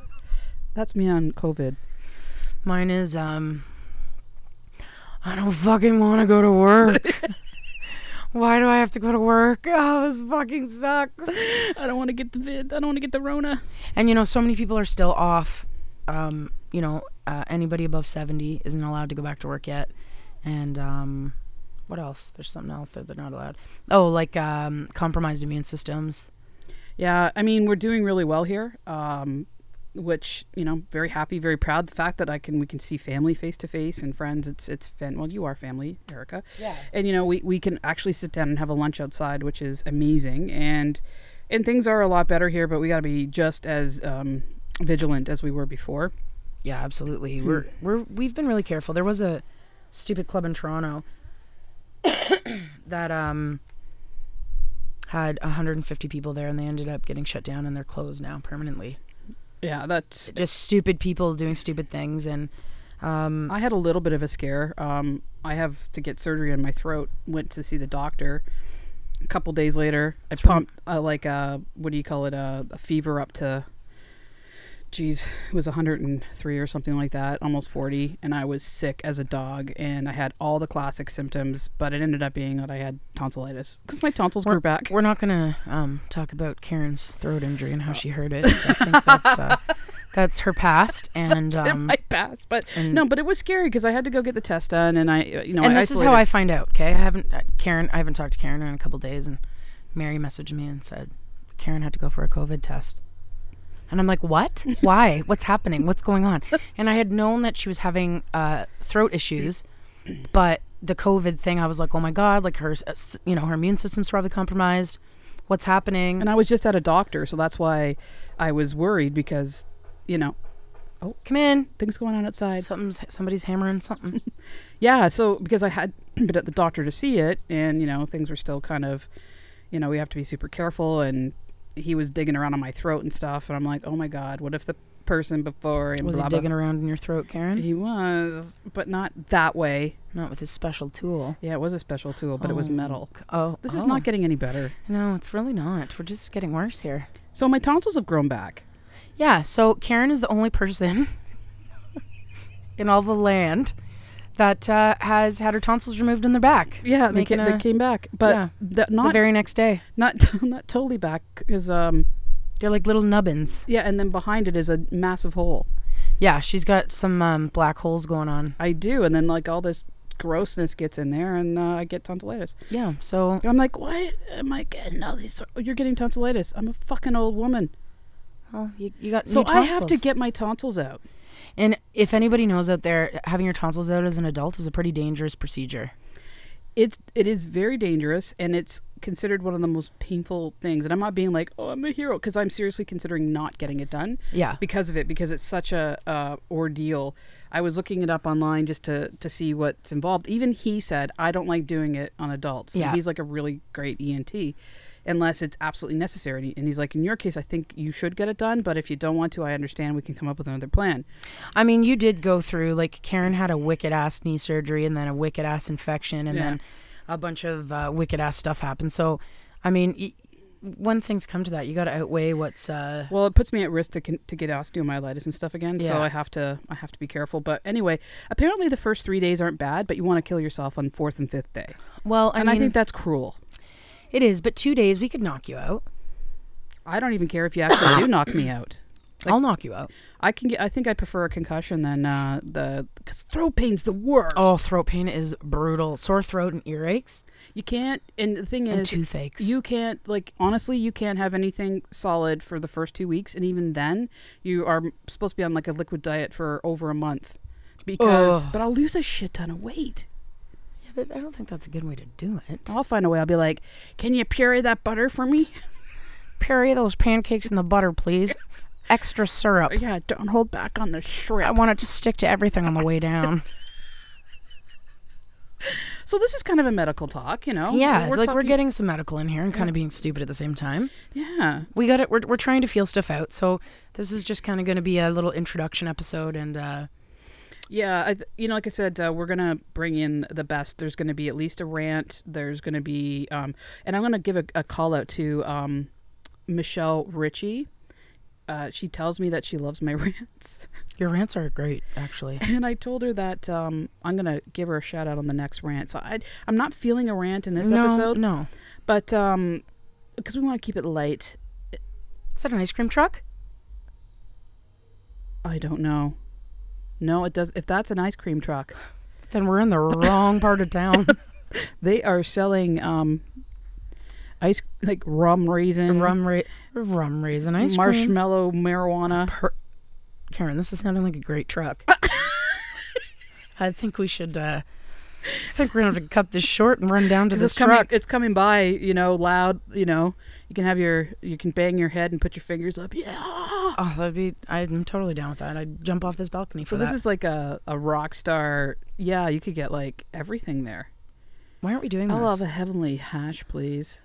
Speaker 3: That's me on COVID. [LAUGHS]
Speaker 2: Mine is um I don't fucking want to go to work. Why do I have to go to work? [LAUGHS] Oh, this fucking sucks.
Speaker 3: I don't want to get the vid. I don't want to get the Rona.
Speaker 2: And you know, so many people are still off. Um, you know, uh, anybody above seventy isn't allowed to go back to work yet. And um, what else? There's something else that they're not allowed. Oh, like um, compromised immune systems.
Speaker 3: Yeah, I mean we're doing really well here. Um, which you know, very happy, very proud. The fact that I can we can see family face to face and friends. It's it's fan. Well, you are family, Erica.
Speaker 2: Yeah.
Speaker 3: and you know we, we can actually sit down and have a lunch outside which is amazing and and things are a lot better here but we got to be just as um, vigilant as we were before
Speaker 2: Yeah,
Speaker 3: Hmm.
Speaker 2: absolutely. We're we're we've been really careful. There was a stupid club in Toronto [COUGHS] that um had 150 people there and they ended up getting shut down and they're closed now permanently.
Speaker 3: yeah that's
Speaker 2: Just stupid people doing stupid things and um
Speaker 3: i had a little bit of a scare um, i have to get surgery on my throat went to see the doctor a couple days later i
Speaker 2: It's from-
Speaker 3: pumped uh, like a what do you call it Uh, a, a fever up to geez it was 103 or something like that almost 40 and i was sick as a dog and i had all the classic symptoms but it ended up being that i had tonsillitis because my tonsils grew back
Speaker 2: we're not going to um talk about Karen's throat injury and how she heard it. I
Speaker 3: [LAUGHS]
Speaker 2: think that's uh, that's her past and
Speaker 3: in
Speaker 2: um
Speaker 3: my past but
Speaker 2: and,
Speaker 3: no but it was scary because i had to go get the test done and i uh, you know
Speaker 2: and
Speaker 3: I
Speaker 2: this is how I
Speaker 3: isolated-
Speaker 2: find out. Okay, I haven't uh, Karen. I haven't talked to Karen in a couple days, and Mary messaged me and said Karen had to go for a COVID test. And I'm like,
Speaker 3: [LAUGHS]
Speaker 2: what? Why? What's happening? What's going on? And I had known that she was having uh, throat issues, but the COVID thing, I was like, oh my god, like her, s- uh, s- you know, her immune system's probably compromised. What's happening?
Speaker 3: and i was just at a doctor so that's why i was worried because you know
Speaker 2: Come in.
Speaker 3: things going on outside
Speaker 2: Something's somebody's hammering something.
Speaker 3: Yeah, so because I had [CLEARS THROAT] been at the doctor to see it, and you know things were still kind of, you know, we have to be super careful, and he was digging around on my throat and stuff, and I'm like, oh my god, what if the person before and
Speaker 2: was
Speaker 3: blah
Speaker 2: he digging around in your throat,
Speaker 3: blah.
Speaker 2: Karen?
Speaker 3: He was, but not that way.
Speaker 2: Not with his special tool.
Speaker 3: Yeah, it was a special tool, but it was
Speaker 2: Oh,
Speaker 3: metal.
Speaker 2: Oh,
Speaker 3: This is
Speaker 2: oh.
Speaker 3: not getting any better.
Speaker 2: No, it's really not. We're just getting worse here.
Speaker 3: So my tonsils have grown back.
Speaker 2: Yeah, so Karen is the only person [LAUGHS] in all the land that uh, has had her tonsils removed in their back.
Speaker 3: Yeah, they,
Speaker 2: Making
Speaker 3: ca- they
Speaker 2: a-
Speaker 3: came back, but
Speaker 2: yeah. the
Speaker 3: the- not
Speaker 2: very next day.
Speaker 3: [LAUGHS] not not totally back, because um
Speaker 2: They're like little nubbins.
Speaker 3: yeah, and then behind it is a massive hole.
Speaker 2: Yeah, she's got some um, black holes going on.
Speaker 3: I do, and then like all this grossness gets in there, and uh, I get tonsillitis.
Speaker 2: Yeah, so
Speaker 3: I'm like, what am I getting all these? Oh, You're getting tonsillitis. I'm a fucking old woman,
Speaker 2: well, you, you got
Speaker 3: so
Speaker 2: new
Speaker 3: I have to
Speaker 2: tonsils.
Speaker 3: get my tonsils out.
Speaker 2: And if anybody knows out there, having your tonsils out as an adult is a pretty dangerous procedure.
Speaker 3: it's it is very dangerous and it's considered one of the most painful things and i'm not being like oh i'm a hero because i'm seriously considering not getting it done
Speaker 2: Yeah.
Speaker 3: because of it because it's such a uh, ordeal i was looking it up online just to to see what's involved even he said i don't like doing it on adults And
Speaker 2: Yeah.
Speaker 3: he's like a really great ent unless it's absolutely necessary and he's like in your case i think you should get it done but if you don't want to i understand we can come up with another plan
Speaker 2: I mean, you did go through like Karen had a wicked ass knee surgery and then a wicked ass infection and
Speaker 3: Yeah.
Speaker 2: then a bunch of uh, wicked ass stuff happened. So, I mean, y- when things come to that, you got to outweigh what's. Uh,
Speaker 3: Well, it puts me at risk to con- to get osteomyelitis and stuff again, so
Speaker 2: Yeah.
Speaker 3: I have to I have to be careful. But anyway, apparently the first three days aren't bad, but you want to kill yourself on fourth and fifth day,
Speaker 2: well, I
Speaker 3: and I,
Speaker 2: mean,
Speaker 3: think that's cruel.
Speaker 2: it is, but two days we could knock you out.
Speaker 3: I don't even care if you
Speaker 2: [COUGHS]
Speaker 3: actually do knock me out. Like-
Speaker 2: I'll knock you out.
Speaker 3: I can get. I think I prefer a concussion than uh, the because throat pain's the worst.
Speaker 2: Oh, throat pain is brutal. Sore throat and earaches
Speaker 3: you can't. And the thing
Speaker 2: and
Speaker 3: is,
Speaker 2: toothaches.
Speaker 3: you can't like honestly, you can't have anything solid for the first two weeks, and even then, you are supposed to be on like a liquid diet for over a month. Because,
Speaker 2: Ugh.
Speaker 3: but I'll lose a shit ton of weight.
Speaker 2: Yeah, but I don't think that's a good way to do it.
Speaker 3: I'll find a way. I'll be like, can you puree that butter for
Speaker 2: [LAUGHS]
Speaker 3: me?
Speaker 2: Puree those pancakes in the butter, please. Extra syrup.
Speaker 3: Yeah, don't hold back on the
Speaker 2: I
Speaker 3: shrimp.
Speaker 2: want it to stick to everything on the way down.
Speaker 3: So this is kind of a medical talk, you know?
Speaker 2: Yeah, it's like we're
Speaker 3: Oh, talking-
Speaker 2: getting some medical in here and kind of being stupid at the same time.
Speaker 3: Yeah.
Speaker 2: We got it. We're, we're trying to feel stuff out. So this is just kind of going to be a little introduction episode. And uh,
Speaker 3: Yeah, I th- you know, like I said, uh, we're gonna bring in the best. There's gonna be at least a rant. There's gonna be, um, and I'm gonna give a, a call out to um, Michelle Ritchie. Uh, she tells me that she loves my [LAUGHS] rants,
Speaker 2: your rants are great, actually.
Speaker 3: and I told her that um, I'm gonna give her a shout out on the next rant. So I, I'm not feeling a rant in [LAUGHS] this
Speaker 2: no,
Speaker 3: episode,
Speaker 2: no.
Speaker 3: but um, because we want to keep it light,
Speaker 2: Is that an ice cream truck?
Speaker 3: I don't know. No, it does. If that's an ice cream truck,
Speaker 2: Then we're in the wrong part of
Speaker 3: [LAUGHS]
Speaker 2: town.
Speaker 3: they are selling um, ice like rum raisin,
Speaker 2: rum, ra- rum raisin ice cream.
Speaker 3: marshmallow marijuana.
Speaker 2: Per- Karen, this is sounding like a great
Speaker 3: [LAUGHS]
Speaker 2: truck. I think we should. Uh, I think we're gonna have to cut this short and run down to
Speaker 3: 'Cause
Speaker 2: this
Speaker 3: It's coming,
Speaker 2: truck.
Speaker 3: it's coming by, you know, loud. You know, you can have your, you can bang your head and put your fingers up. Yeah.
Speaker 2: Oh, that'd be. I'm totally down with that. I'd jump off this balcony
Speaker 3: So
Speaker 2: for
Speaker 3: this
Speaker 2: that.
Speaker 3: is like a, a rock star. Yeah, you could get like everything there.
Speaker 2: Why aren't we doing
Speaker 3: I'll
Speaker 2: this?
Speaker 3: have a heavenly hash, please.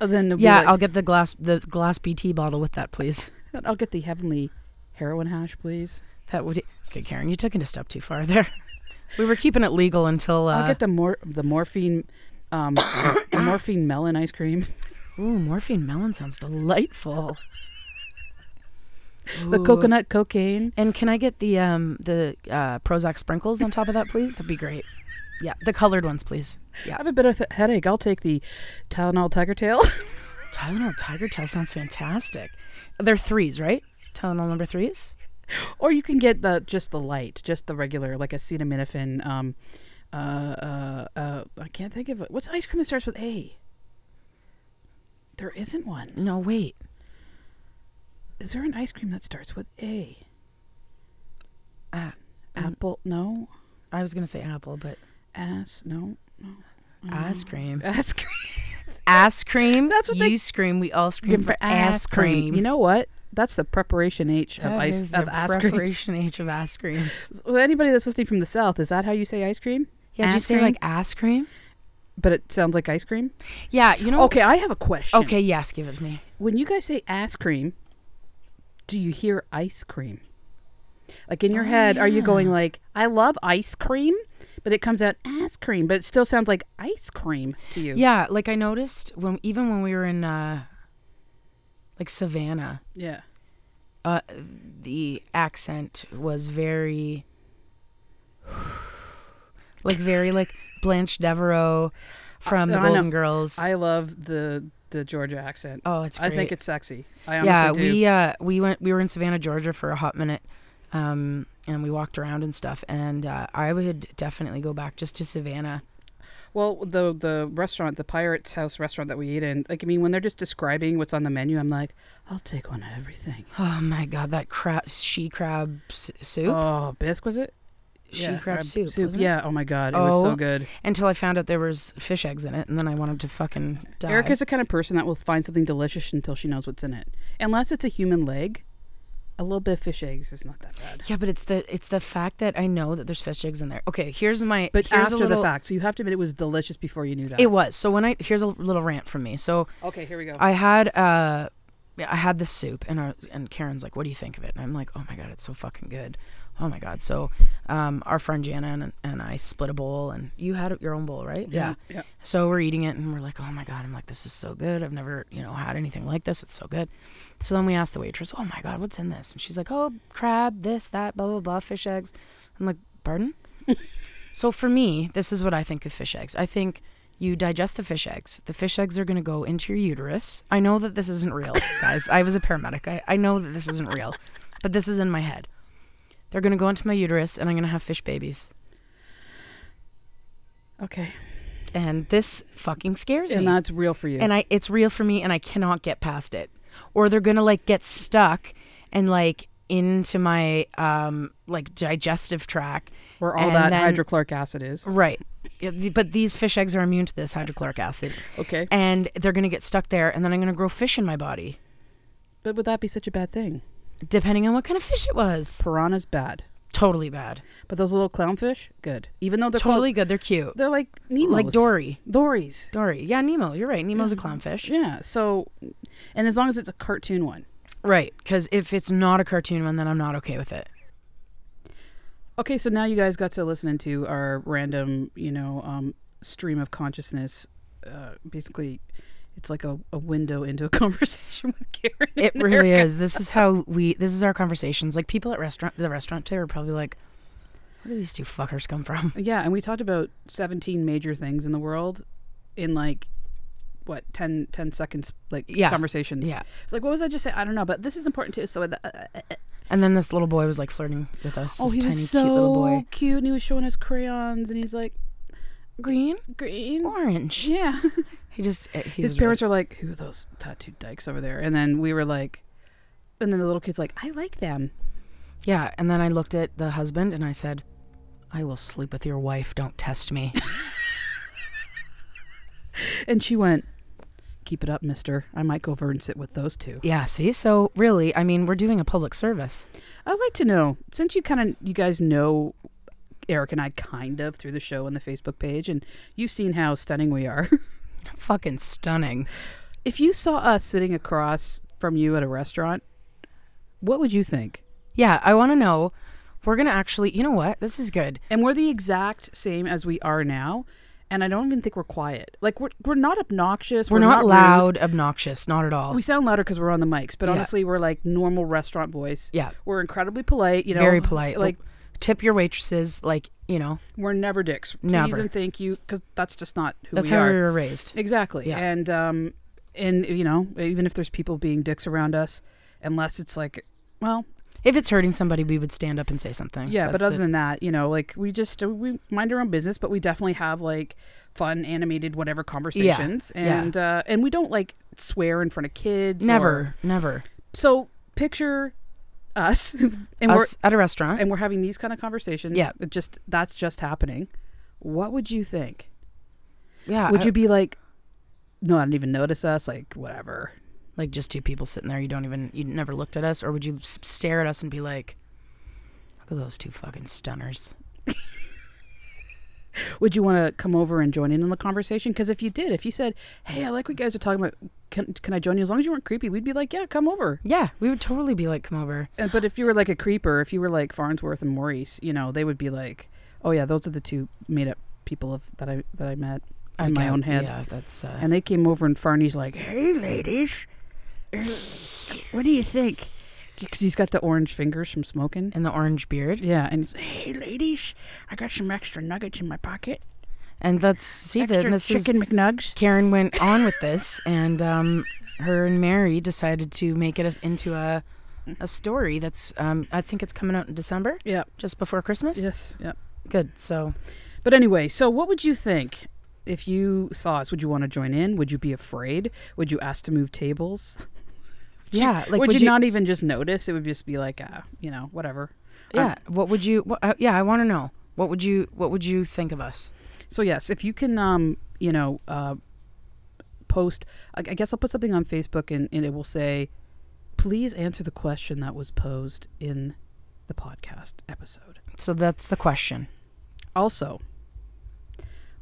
Speaker 3: Uh, then it'll be
Speaker 2: Yeah,
Speaker 3: like-
Speaker 2: I'll get the glass the glass BT bottle with that, please.
Speaker 3: [LAUGHS] I'll get the heavenly heroin hash, please.
Speaker 2: That would okay, Karen. You took it a step too far there. [LAUGHS] We were keeping it legal until uh,
Speaker 3: I'll get the mor- the morphine,
Speaker 2: [COUGHS]
Speaker 3: um, the morphine melon ice cream,
Speaker 2: uh, ooh morphine melon sounds delightful.
Speaker 3: [LAUGHS] the
Speaker 2: Ooh.
Speaker 3: coconut cocaine.
Speaker 2: And can I get the um the uh, Prozac sprinkles on top of that, please? That'd be great. Yeah, the colored ones, please.
Speaker 3: I have a bit of a headache. I'll take the Tylenol Tiger Tail. [LAUGHS]
Speaker 2: Tylenol Tiger Tail sounds fantastic. They're threes, right? Tylenol number threes.
Speaker 3: or you can get the just the light, just the regular, like acetaminophen. Um, uh, uh, uh, I can't think of it. What's ice cream that starts with A? There isn't one.
Speaker 2: No, wait.
Speaker 3: Is there an ice cream that starts with A?
Speaker 2: Uh, mm.
Speaker 3: Apple? No.
Speaker 2: I was gonna say apple, but
Speaker 3: Ass? No. [LAUGHS] No. I don't
Speaker 2: ice
Speaker 3: know.
Speaker 2: cream.
Speaker 3: Ass cream.
Speaker 2: Ass cream.
Speaker 3: That's what
Speaker 2: you
Speaker 3: they-
Speaker 2: scream. We all scream
Speaker 3: Good
Speaker 2: for ass cream.
Speaker 3: You know what? That's the preparation H of
Speaker 2: That
Speaker 3: ice
Speaker 2: is the
Speaker 3: of ice cream.
Speaker 2: preparation age of ice creams.
Speaker 3: Well, anybody that's listening from the south, is that how you say ice cream?
Speaker 2: [LAUGHS] Yeah, did you
Speaker 3: Ass
Speaker 2: say like ass cream?
Speaker 3: But it sounds like ice cream.
Speaker 2: Yeah, you know.
Speaker 3: Okay, I have a question.
Speaker 2: Okay. Yes, give it to me.
Speaker 3: when you guys say ass cream, do you hear ice cream? Like in
Speaker 2: Oh,
Speaker 3: your head, are you going like, "I love ice cream," but it comes out ass cream, but it still sounds like ice cream to you?
Speaker 2: Yeah, like I noticed when even when we were in uh, like Savannah,
Speaker 3: yeah.
Speaker 2: uh, the accent was very like very like Blanche Devereaux from
Speaker 3: I
Speaker 2: the
Speaker 3: know.
Speaker 2: Golden Girls.
Speaker 3: I love the the Georgia accent.
Speaker 2: oh, it's
Speaker 3: I
Speaker 2: great.
Speaker 3: think it's sexy. I honestly
Speaker 2: yeah,
Speaker 3: do.
Speaker 2: we uh, we went we were in Savannah, Georgia for a hot minute, um, and we walked around and stuff. And uh, I would definitely go back just to Savannah.
Speaker 3: Well, the the restaurant, the Pirates House restaurant that we eat in, like I mean, when they're just describing what's on the menu, I'm like, I'll take one of everything.
Speaker 2: Oh my God, that crab she crab s- soup,
Speaker 3: Oh, bisque was it?
Speaker 2: she crab soup. wasn't it?
Speaker 3: yeah. Oh my god, it was so
Speaker 2: Oh,
Speaker 3: good.
Speaker 2: Until I found out there was fish eggs in it, and then I wanted to fucking die.
Speaker 3: Erica's the kind of person that will find something delicious until she knows what's in it. Unless it's a human leg, a little bit of fish eggs is not that bad.
Speaker 2: yeah, but it's the it's the fact that I know that there's fish eggs in there. Okay, here's my
Speaker 3: But
Speaker 2: here's
Speaker 3: after
Speaker 2: a little,
Speaker 3: the fact, so you have to admit it was delicious before you knew that.
Speaker 2: It was so when I here's a little rant from me. So
Speaker 3: okay, here we go.
Speaker 2: I had uh, yeah, I had the soup, and I was, and Karen's like, "What do you think of it?" And I'm like, "Oh my god, it's so fucking good." Oh my god. So, um, our friend Jana and, and I split a bowl, and you had your own bowl, right?
Speaker 3: Yeah, yeah.
Speaker 2: So we're eating it, and we're like, "Oh my god!" I'm like, "This is so good. I've never, you know, had anything like this. It's so good." So then we asked the waitress, "Oh my god, what's in this?" And she's like, "Oh, crab, this, that, blah blah blah, fish eggs." I'm like, "Pardon?" So for me, this is what I think of fish eggs. I think you digest the fish eggs. The fish eggs are going to go into your uterus. I know that this isn't real, guys. I was a paramedic. I, I know that this isn't real, but this is in my head. They're going to go into my uterus and I'm going to have fish babies.
Speaker 3: okay,
Speaker 2: And this fucking scares
Speaker 3: and
Speaker 2: me.
Speaker 3: that's real for you.
Speaker 2: and I it's real for me and I cannot get past it. Or they're going to like get stuck and like into my um like digestive tract
Speaker 3: Where all
Speaker 2: and
Speaker 3: that
Speaker 2: then-
Speaker 3: hydrochloric acid is.
Speaker 2: Right. Yeah, the- But these fish eggs are immune to this hydrochloric acid.
Speaker 3: Okay,
Speaker 2: and they're going to get stuck there and then I'm going to grow fish in my body
Speaker 3: but would that be such a bad thing?
Speaker 2: depending on what kind of fish it was.
Speaker 3: Piranha's bad,
Speaker 2: Totally bad.
Speaker 3: but those little clownfish, good. Even though they're called-
Speaker 2: totally good. They're cute.
Speaker 3: they're like Nemos.
Speaker 2: Like Dory.
Speaker 3: Dories.
Speaker 2: Dory. Yeah, Nemo. You're right. Nemo's a clownfish.
Speaker 3: Yeah. So, and as long as it's a cartoon one.
Speaker 2: Right, cuz if it's not a cartoon one then I'm not okay with it.
Speaker 3: Okay, so now you guys got to listen into our random, you know, um, stream of consciousness. Uh, basically, it's like a, a window into a [LAUGHS] conversation with Karen.
Speaker 2: It
Speaker 3: and
Speaker 2: really
Speaker 3: Erica.
Speaker 2: is. This is how we this is our conversations. Like people at restaurant the restaurant today are probably like where do these two fuckers come from? [LAUGHS]
Speaker 3: Yeah, and we talked about 17 major things in the world in like, what, 10, 10 seconds, like
Speaker 2: Yeah.
Speaker 3: conversations.
Speaker 2: Yeah.
Speaker 3: It's like, what was I just saying? I don't know, but this is important too. So, uh, uh, uh, uh,
Speaker 2: And then this little boy was like flirting with us.
Speaker 3: oh,
Speaker 2: this
Speaker 3: he
Speaker 2: tiny
Speaker 3: was so
Speaker 2: cute little boy.
Speaker 3: cute, and he was showing us crayons, and he's like,
Speaker 2: Green,
Speaker 3: green.
Speaker 2: orange.
Speaker 3: Yeah.
Speaker 2: He just eh, he
Speaker 3: His
Speaker 2: was
Speaker 3: parents are like, "Who are those tattooed dykes over there?" And then we were like, and then the little kid's like, "I like them."
Speaker 2: Yeah, and then I looked at the husband and I said, I will sleep with your wife, don't test
Speaker 3: [LAUGHS]
Speaker 2: me.
Speaker 3: And she went, "Keep it up, Mister. I might go over and sit with those two.
Speaker 2: yeah, see? So, really, I mean, we're doing a public service. [LAUGHS]
Speaker 3: I'd like to know since you kind of you guys know Eric and I kind of through the show and the Facebook page, and you've seen how stunning we are. [LAUGHS]
Speaker 2: Fucking stunning.
Speaker 3: if you saw us sitting across from you at a restaurant, what would you think?
Speaker 2: Yeah, I want to know. We're going to actually, you know what? This is good.
Speaker 3: and we're the exact same as we are now and i don't even think we're quiet like we're, we're not obnoxious
Speaker 2: We're, not,
Speaker 3: rude.
Speaker 2: loud, obnoxious, not at all.
Speaker 3: we sound louder because we're on the mics but
Speaker 2: Oh. Yeah.
Speaker 3: honestly we're like normal restaurant voice
Speaker 2: yeah,
Speaker 3: we're incredibly polite you know
Speaker 2: very polite.
Speaker 3: like
Speaker 2: Like, tip your waitresses, like, you know,
Speaker 3: we're never dicks please
Speaker 2: Never.
Speaker 3: and thank you because that's just not who
Speaker 2: that's
Speaker 3: we
Speaker 2: how
Speaker 3: are
Speaker 2: we were raised.
Speaker 3: exactly
Speaker 2: Yeah.
Speaker 3: and um and you know even if there's people being dicks around us unless it's like well
Speaker 2: If it's hurting somebody, we would stand up and say something.
Speaker 3: yeah but
Speaker 2: That's
Speaker 3: other
Speaker 2: it.
Speaker 3: than that you know like we just uh, we mind our own business but we definitely have like fun animated whatever conversations
Speaker 2: yeah.
Speaker 3: and uh and we don't like swear in front of kids or-
Speaker 2: never, never.
Speaker 3: so picture us [LAUGHS] and
Speaker 2: Us at a restaurant.
Speaker 3: we're and we're having these kind of conversations
Speaker 2: Yeah.
Speaker 3: it just that's just happening what would you think
Speaker 2: yeah.
Speaker 3: would
Speaker 2: I-
Speaker 3: you be like no i didn't even notice us like whatever
Speaker 2: like just two people sitting there you don't even you never looked at us or would you s- stare at us and be like look at those two fucking stunners
Speaker 3: would you want to come over and join in on the conversation? Because if you did, if you said, "Hey, I like what you guys are talking about. Can, can I join you?" As long as you weren't creepy, we'd be like, "Yeah, come over."
Speaker 2: yeah we would totally be like come over
Speaker 3: And, but if you were like a creeper, if you were like Farnsworth and Maurice, you know, they would be like, "Oh yeah, those are the two made-up people of that I that I met in my
Speaker 2: Okay,
Speaker 3: own head."
Speaker 2: yeah that's uh,
Speaker 3: And they came over, and Farney's like, "Hey, ladies, uh, what do you think?" Because he's got the orange fingers from smoking.
Speaker 2: and the orange beard
Speaker 3: Yeah, and he's like, "Hey, ladies, I got some extra nuggets in my pocket.
Speaker 2: and that's see that
Speaker 3: Extra
Speaker 2: this is
Speaker 3: chicken McNugs."
Speaker 2: karen went on with this and um her and mary decided to make it a, into a a story that's um i think it's coming out in december
Speaker 3: Yeah.
Speaker 2: just before christmas
Speaker 3: Yes. Yeah.
Speaker 2: good so
Speaker 3: But anyway, so what would you think if you saw us? Would you want to join in? Would you be afraid? Would you ask to move tables?
Speaker 2: yeah like
Speaker 3: would, you, not even just notice? It would just be like, uh, you know, whatever.
Speaker 2: yeah what would you what, uh, yeah i want to know What would you What would you think of us?
Speaker 3: So yes, if you can, um, you know, uh, post. I, I guess I'll put something on Facebook, and, and it will say, "Please answer the question that was posed in the podcast episode."
Speaker 2: So that's the question.
Speaker 3: Also,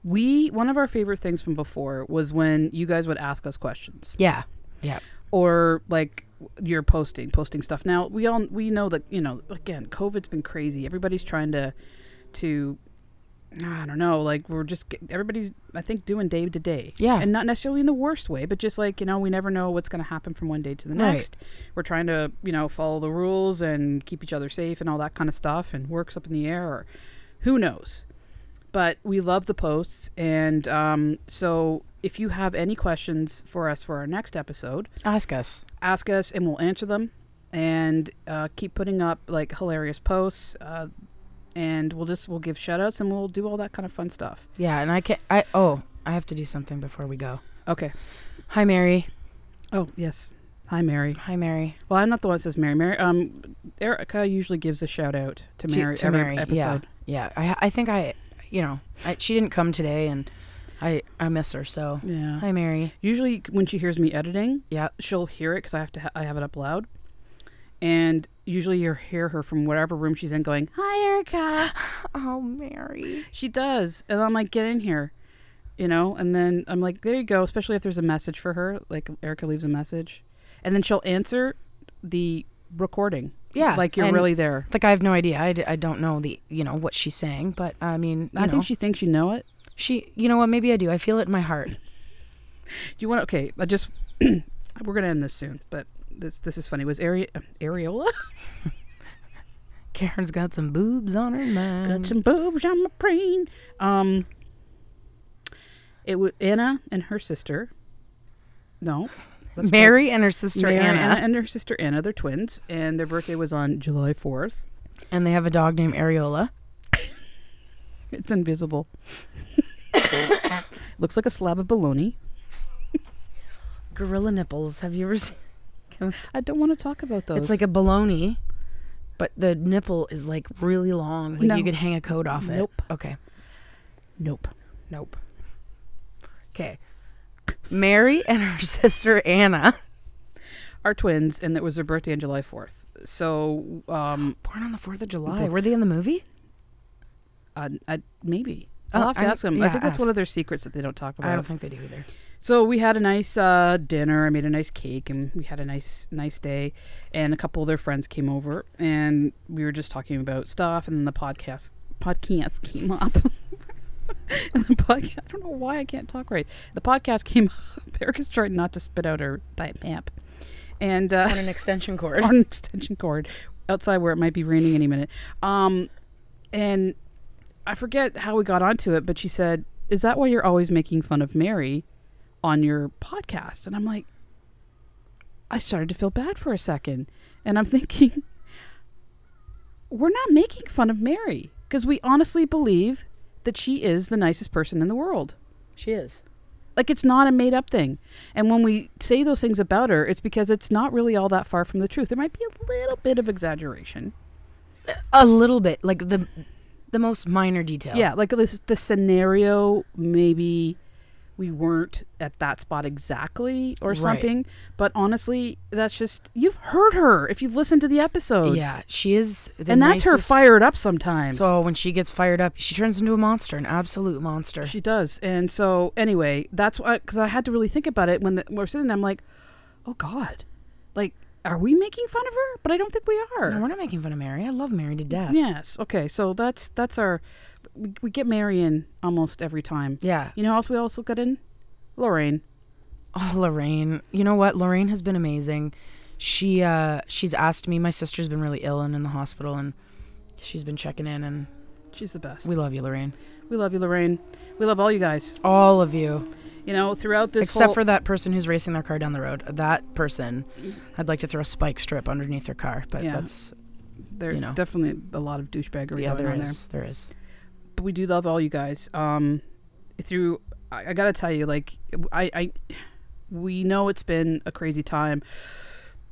Speaker 3: we one of our favorite things from before was when you guys would ask us questions
Speaker 2: Yeah. Yeah.
Speaker 3: or like you're posting posting stuff. Now we all we know that you know again, COVID's been crazy. Everybody's trying to to I don't know, like we're just get- everybody's I think doing day to day.
Speaker 2: Yeah.
Speaker 3: And not necessarily in the worst way, but just like, you know, we never know what's going to happen from one day to the
Speaker 2: Right.
Speaker 3: next. We're trying to, you know, follow the rules and keep each other safe and all that kind of stuff and works up in the air or who knows. But we love the posts and um, so if you have any questions for us for our next episode,
Speaker 2: Ask us.
Speaker 3: ask us and we'll answer them and uh, keep putting up like hilarious posts uh, and we'll just we'll give shout outs and we'll do all that kind of fun stuff
Speaker 2: Yeah, and I can I oh, I have to do something before we go.
Speaker 3: okay
Speaker 2: Hi Mary.
Speaker 3: oh yes hi mary
Speaker 2: Hi Mary.
Speaker 3: well i'm not the one that says mary mary um erica usually gives a shout out to
Speaker 2: To-
Speaker 3: mary
Speaker 2: to
Speaker 3: every
Speaker 2: Mary, yeah.
Speaker 3: episode
Speaker 2: Yeah, I I think I you know, I, she didn't come today and I I miss her, so
Speaker 3: yeah
Speaker 2: Hi Mary.
Speaker 3: usually c- when she hears me editing
Speaker 2: Yeah.
Speaker 3: she'll hear it because i have to ha- i have it up loud and usually you hear her from whatever room she's in going hi erica
Speaker 2: [SIGHS] Oh Mary.
Speaker 3: She does. And I'm like, get in here. You know? And then I'm like, there you go. Especially if there's a message for her. Like Erica leaves a message. And then she'll answer the recording.
Speaker 2: Yeah,
Speaker 3: Like you're
Speaker 2: and-
Speaker 3: really there.
Speaker 2: Like I have no idea. I, d- I don't know the you know what she's saying, but I mean, you
Speaker 3: I
Speaker 2: know,
Speaker 3: think she thinks you know it.
Speaker 2: she you know what maybe I do. I feel it in my [LAUGHS] heart.
Speaker 3: Do you want okay, I just [CLEARS THROAT] we're gonna end this soon, but this this is funny. Was Ari- Areola?
Speaker 2: Karen's got some boobs on her mind.
Speaker 3: Got some boobs on my brain. Um it was Anna and her sister. No. that's Mary.
Speaker 2: Mary and her sister
Speaker 3: Mary
Speaker 2: Anna,
Speaker 3: and her sister Anna. They're twins, and their birthday was on July 4th.
Speaker 2: and they have a dog named Areola. [LAUGHS]
Speaker 3: It's invisible. Looks like a slab of bologna.
Speaker 2: Gorilla nipples. Have you ever seen?
Speaker 3: I don't want to talk about those.
Speaker 2: It's like a baloney, but the nipple is like really long. Like
Speaker 3: No.
Speaker 2: you could hang a coat off it.
Speaker 3: Nope.
Speaker 2: Okay.
Speaker 3: nope.
Speaker 2: Nope. Okay. Mary and her [LAUGHS] sister Anna,
Speaker 3: Are twins, and it was their birthday on July 4th. So, um,
Speaker 2: born on the Fourth of July. Were they in the movie?
Speaker 3: I, I, Uh, maybe.
Speaker 2: Oh,
Speaker 3: I'll have to
Speaker 2: I'm-
Speaker 3: ask them. I
Speaker 2: yeah,
Speaker 3: think that's one
Speaker 2: ask.
Speaker 3: of their secrets that they don't talk about.
Speaker 2: I don't think they do either.
Speaker 3: So we had a nice uh, dinner. I made a nice cake, and we had a nice nice day. And a couple of their friends came over, and we were just talking about stuff. And then the podcast podcast came [LAUGHS] up. and the podcast, I don't know why I can't talk right. The podcast came [LAUGHS] up. Erica's trying not to spit out her diet pamp, and uh,
Speaker 2: On an extension cord.
Speaker 3: on an extension cord [LAUGHS] outside where it might be raining any minute. Um, and I forget how we got onto it, but she said, "Is that why you're always making fun of Mary on your podcast?" And I'm like, I started to feel bad for a second, and I'm [LAUGHS] thinking, we're not making fun of Mary because we honestly believe that she is the nicest person in the world.
Speaker 2: She is.
Speaker 3: Like it's not a made up thing. And when we say those things about her, it's because it's not really all that far from the truth. There might be a little bit of exaggeration.
Speaker 2: A little bit, like the the most minor detail.
Speaker 3: Yeah, like this the scenario maybe we weren't at that spot exactly or
Speaker 2: Right.
Speaker 3: something. But honestly, that's just you've heard her if you've listened to the episodes.
Speaker 2: Yeah. She is. The
Speaker 3: and that's her
Speaker 2: nicest-
Speaker 3: fired up sometimes.
Speaker 2: So when she gets fired up, she turns into a monster, an absolute monster.
Speaker 3: She does. And so, anyway, that's why, because I had to really think about it when, the, when we're sitting there. I'm like, oh God, like, are we making fun of her? But I don't think we are.
Speaker 2: No, we're not making fun of Mary. I love Mary to death.
Speaker 3: Yes. Okay. So that's that's our. We, we get Mary in almost every time.
Speaker 2: Yeah.
Speaker 3: You know, who else we also get in Lorraine.
Speaker 2: Oh, Lorraine. You know what? Lorraine has been amazing. She uh she's asked me. My sister's been really ill and in the hospital and she's been checking in and
Speaker 3: She's the best.
Speaker 2: we
Speaker 3: We,
Speaker 2: love you, Lorraine.
Speaker 3: love you, Lorraine. We love all you guys.
Speaker 2: All of you.
Speaker 3: You know, throughout this
Speaker 2: Except
Speaker 3: whole-
Speaker 2: for that person who's racing their car down the road. That person. I'd like to throw a spike strip underneath their car, but
Speaker 3: Yeah.
Speaker 2: that's
Speaker 3: there's
Speaker 2: know.
Speaker 3: definitely a lot of douchebaggery
Speaker 2: yeah,
Speaker 3: going
Speaker 2: there
Speaker 3: on there.
Speaker 2: is. There is.
Speaker 3: But we do love all you guys. Um, through I, I gotta tell you, like I, I, we know it's been a crazy time.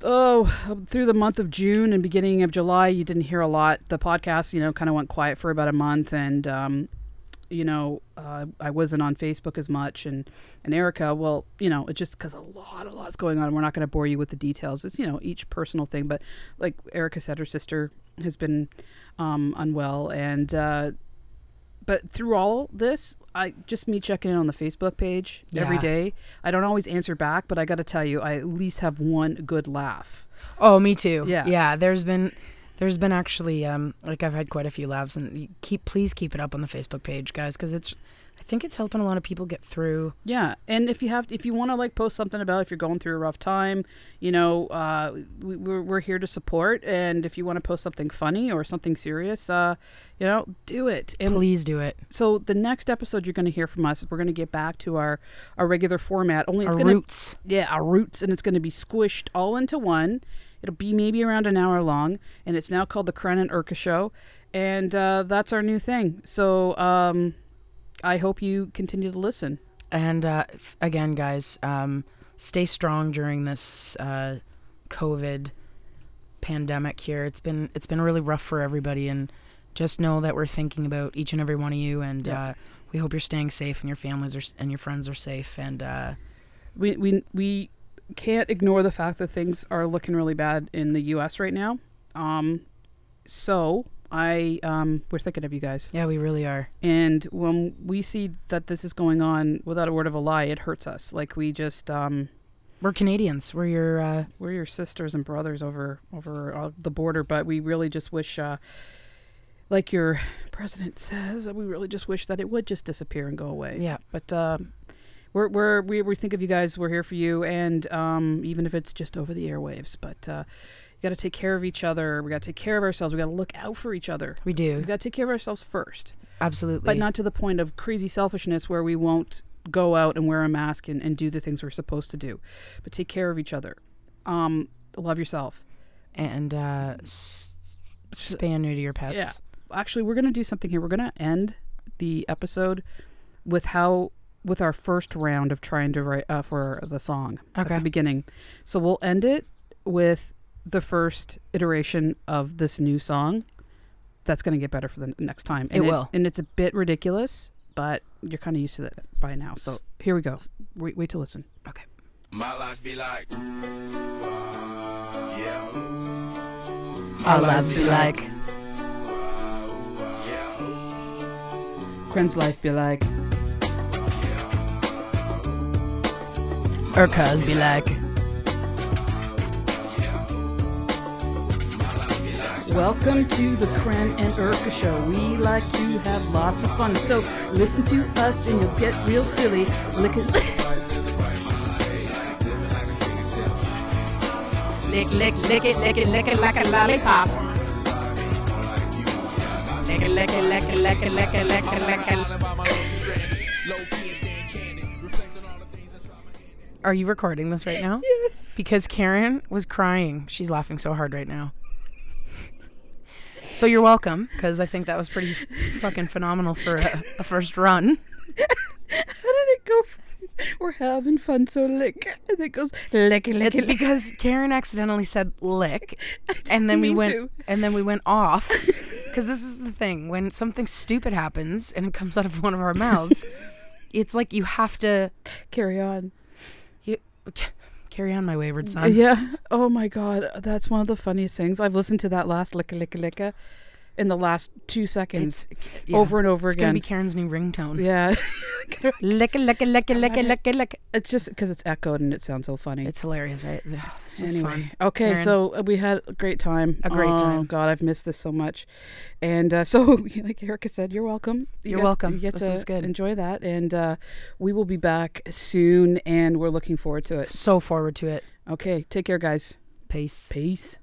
Speaker 3: oh, up through the month of June and beginning of July, you didn't hear a lot. The podcast, you know, kind of went quiet for about a month, and um, you know, uh, I wasn't on Facebook as much. And and Erica, well, you know, it's just because a lot, a lot's going on. And we're not going to bore you with the details. It's you know each personal thing, but like Erica said, her sister has been um, unwell, and uh, but through all this, I just me checking in on the Facebook page every
Speaker 2: Yeah.
Speaker 3: day. I don't always answer back, but I got to tell you, I at least have one good laugh.
Speaker 2: Oh, me too.
Speaker 3: Yeah.
Speaker 2: Yeah. There's been, there's been actually, um, like I've had quite a few laughs, and you keep, please keep it up on the Facebook page, guys, because it's, I think it's helping a lot of people get through.
Speaker 3: Yeah, and if you have, if you want to like post something about if you're going through a rough time, you know, uh, we, we're we're here to support. And if you want to post something funny or something serious, uh, you know, do it. And
Speaker 2: Please do it.
Speaker 3: so the next episode you're going to hear from us, we're going to get back to our our regular format. Only it's
Speaker 2: Our
Speaker 3: going to
Speaker 2: roots.
Speaker 3: yeah our roots, and it's going to be squished all into one. It'll be maybe around an hour long, and it's now called the Kren and Urca Show, and uh, that's our new thing. So um, I hope you continue to listen.
Speaker 2: And uh, f- again, guys, um, stay strong during this uh, COVID pandemic here. It's been it's been really rough for everybody, and just know that we're thinking about each and every one of you, and
Speaker 3: Yeah.
Speaker 2: uh, we hope you're staying safe, and your families are s- and your friends are safe, and uh,
Speaker 3: we we we can't ignore the fact that things are looking really bad in the U.S. right now. Um, so I um, we're thinking of you guys,
Speaker 2: yeah, we really are.
Speaker 3: and when we see that this is going on without a word of a lie, it hurts us. Like we just um,
Speaker 2: We're Canadians. We're your uh,
Speaker 3: we're your sisters and brothers over over uh, the border, but we really just wish. Uh, like your president says, we really just wish that it would just disappear and go away.
Speaker 2: yeah.
Speaker 3: But um, we're, we're, we we think of you guys. We're here for you, and um, even if it's just over the airwaves, but uh, you got to take care of each other. We got to take care of ourselves. We got to look out for each other.
Speaker 2: We
Speaker 3: We
Speaker 2: do
Speaker 3: got to take care of ourselves first,
Speaker 2: absolutely.
Speaker 3: but not to the point of crazy selfishness where we won't go out and wear a mask and, and do the things we're supposed to do. But take care of each other. Um, love yourself.
Speaker 2: and uh, s- spay and neuter your pets.
Speaker 3: Yeah. Actually, we're gonna do something here. We're gonna end the episode with how with our first round of trying to write uh, for the song. at
Speaker 2: Okay.
Speaker 3: the beginning. So we'll end it with the first iteration of this new song. That's going to get better for the n- next time. And
Speaker 2: It will.
Speaker 3: and it's a bit ridiculous, but you're kind of used to that by now. So here we go. Wait, wait to listen.
Speaker 2: Okay.
Speaker 1: My life be like, yeah,
Speaker 2: Our lives be like.
Speaker 1: yeah,
Speaker 3: Friends life be like.
Speaker 2: Our cars be like.
Speaker 3: Welcome to the Kren and Urca Show. We like to have lots of fun. So listen to us and you'll get real silly. Lick it.
Speaker 4: Lick, lick, lick it, lick it, lick it like a lollipop. Lick it, lick it, lick it, lick it, lick it, lick it, lick it.
Speaker 2: Are you recording this right now? yes. Because Karen was crying. She's laughing so hard right now. so you're welcome, because I think that was pretty fucking phenomenal for a, a first [LAUGHS] run.
Speaker 3: How did it go? We're having fun, so lick. And it goes lick, lick,
Speaker 2: It's because Karen accidentally said lick, and then we
Speaker 3: mean
Speaker 2: went
Speaker 3: to.
Speaker 2: and then we went off. Because this is the thing: when something stupid happens and it comes out of one of our [LAUGHS] mouths, it's like you have to
Speaker 3: Carry on.
Speaker 2: you, [SIGHS] carry on, my wayward son.
Speaker 3: yeah. Oh my god, that's one of the funniest things. I've listened to that last licka licka licka in the last two seconds
Speaker 2: It's yeah.
Speaker 3: over and over
Speaker 2: It's gonna
Speaker 3: again.
Speaker 2: be Karen's new ringtone.
Speaker 3: yeah, [LAUGHS]
Speaker 2: Lick, lick, lick, lick, lick, lick.
Speaker 3: it's just because it's echoed and it sounds so funny.
Speaker 2: It's hilarious. I, [SIGHS] ugh, this was fun.
Speaker 3: anyway, okay,
Speaker 2: Karen.
Speaker 3: so uh, we had a great time.
Speaker 2: A great
Speaker 3: oh,
Speaker 2: time.
Speaker 3: God, I've missed this so much, and uh, [LAUGHS] so like Erica said, you're welcome. You
Speaker 2: You're
Speaker 3: got-
Speaker 2: welcome.
Speaker 3: You get
Speaker 2: This
Speaker 3: to
Speaker 2: was good.
Speaker 3: enjoy that, and uh, we will be back soon, and we're looking forward to it.
Speaker 2: So forward to it.
Speaker 3: Okay, take care, guys.
Speaker 2: Peace.
Speaker 3: Peace.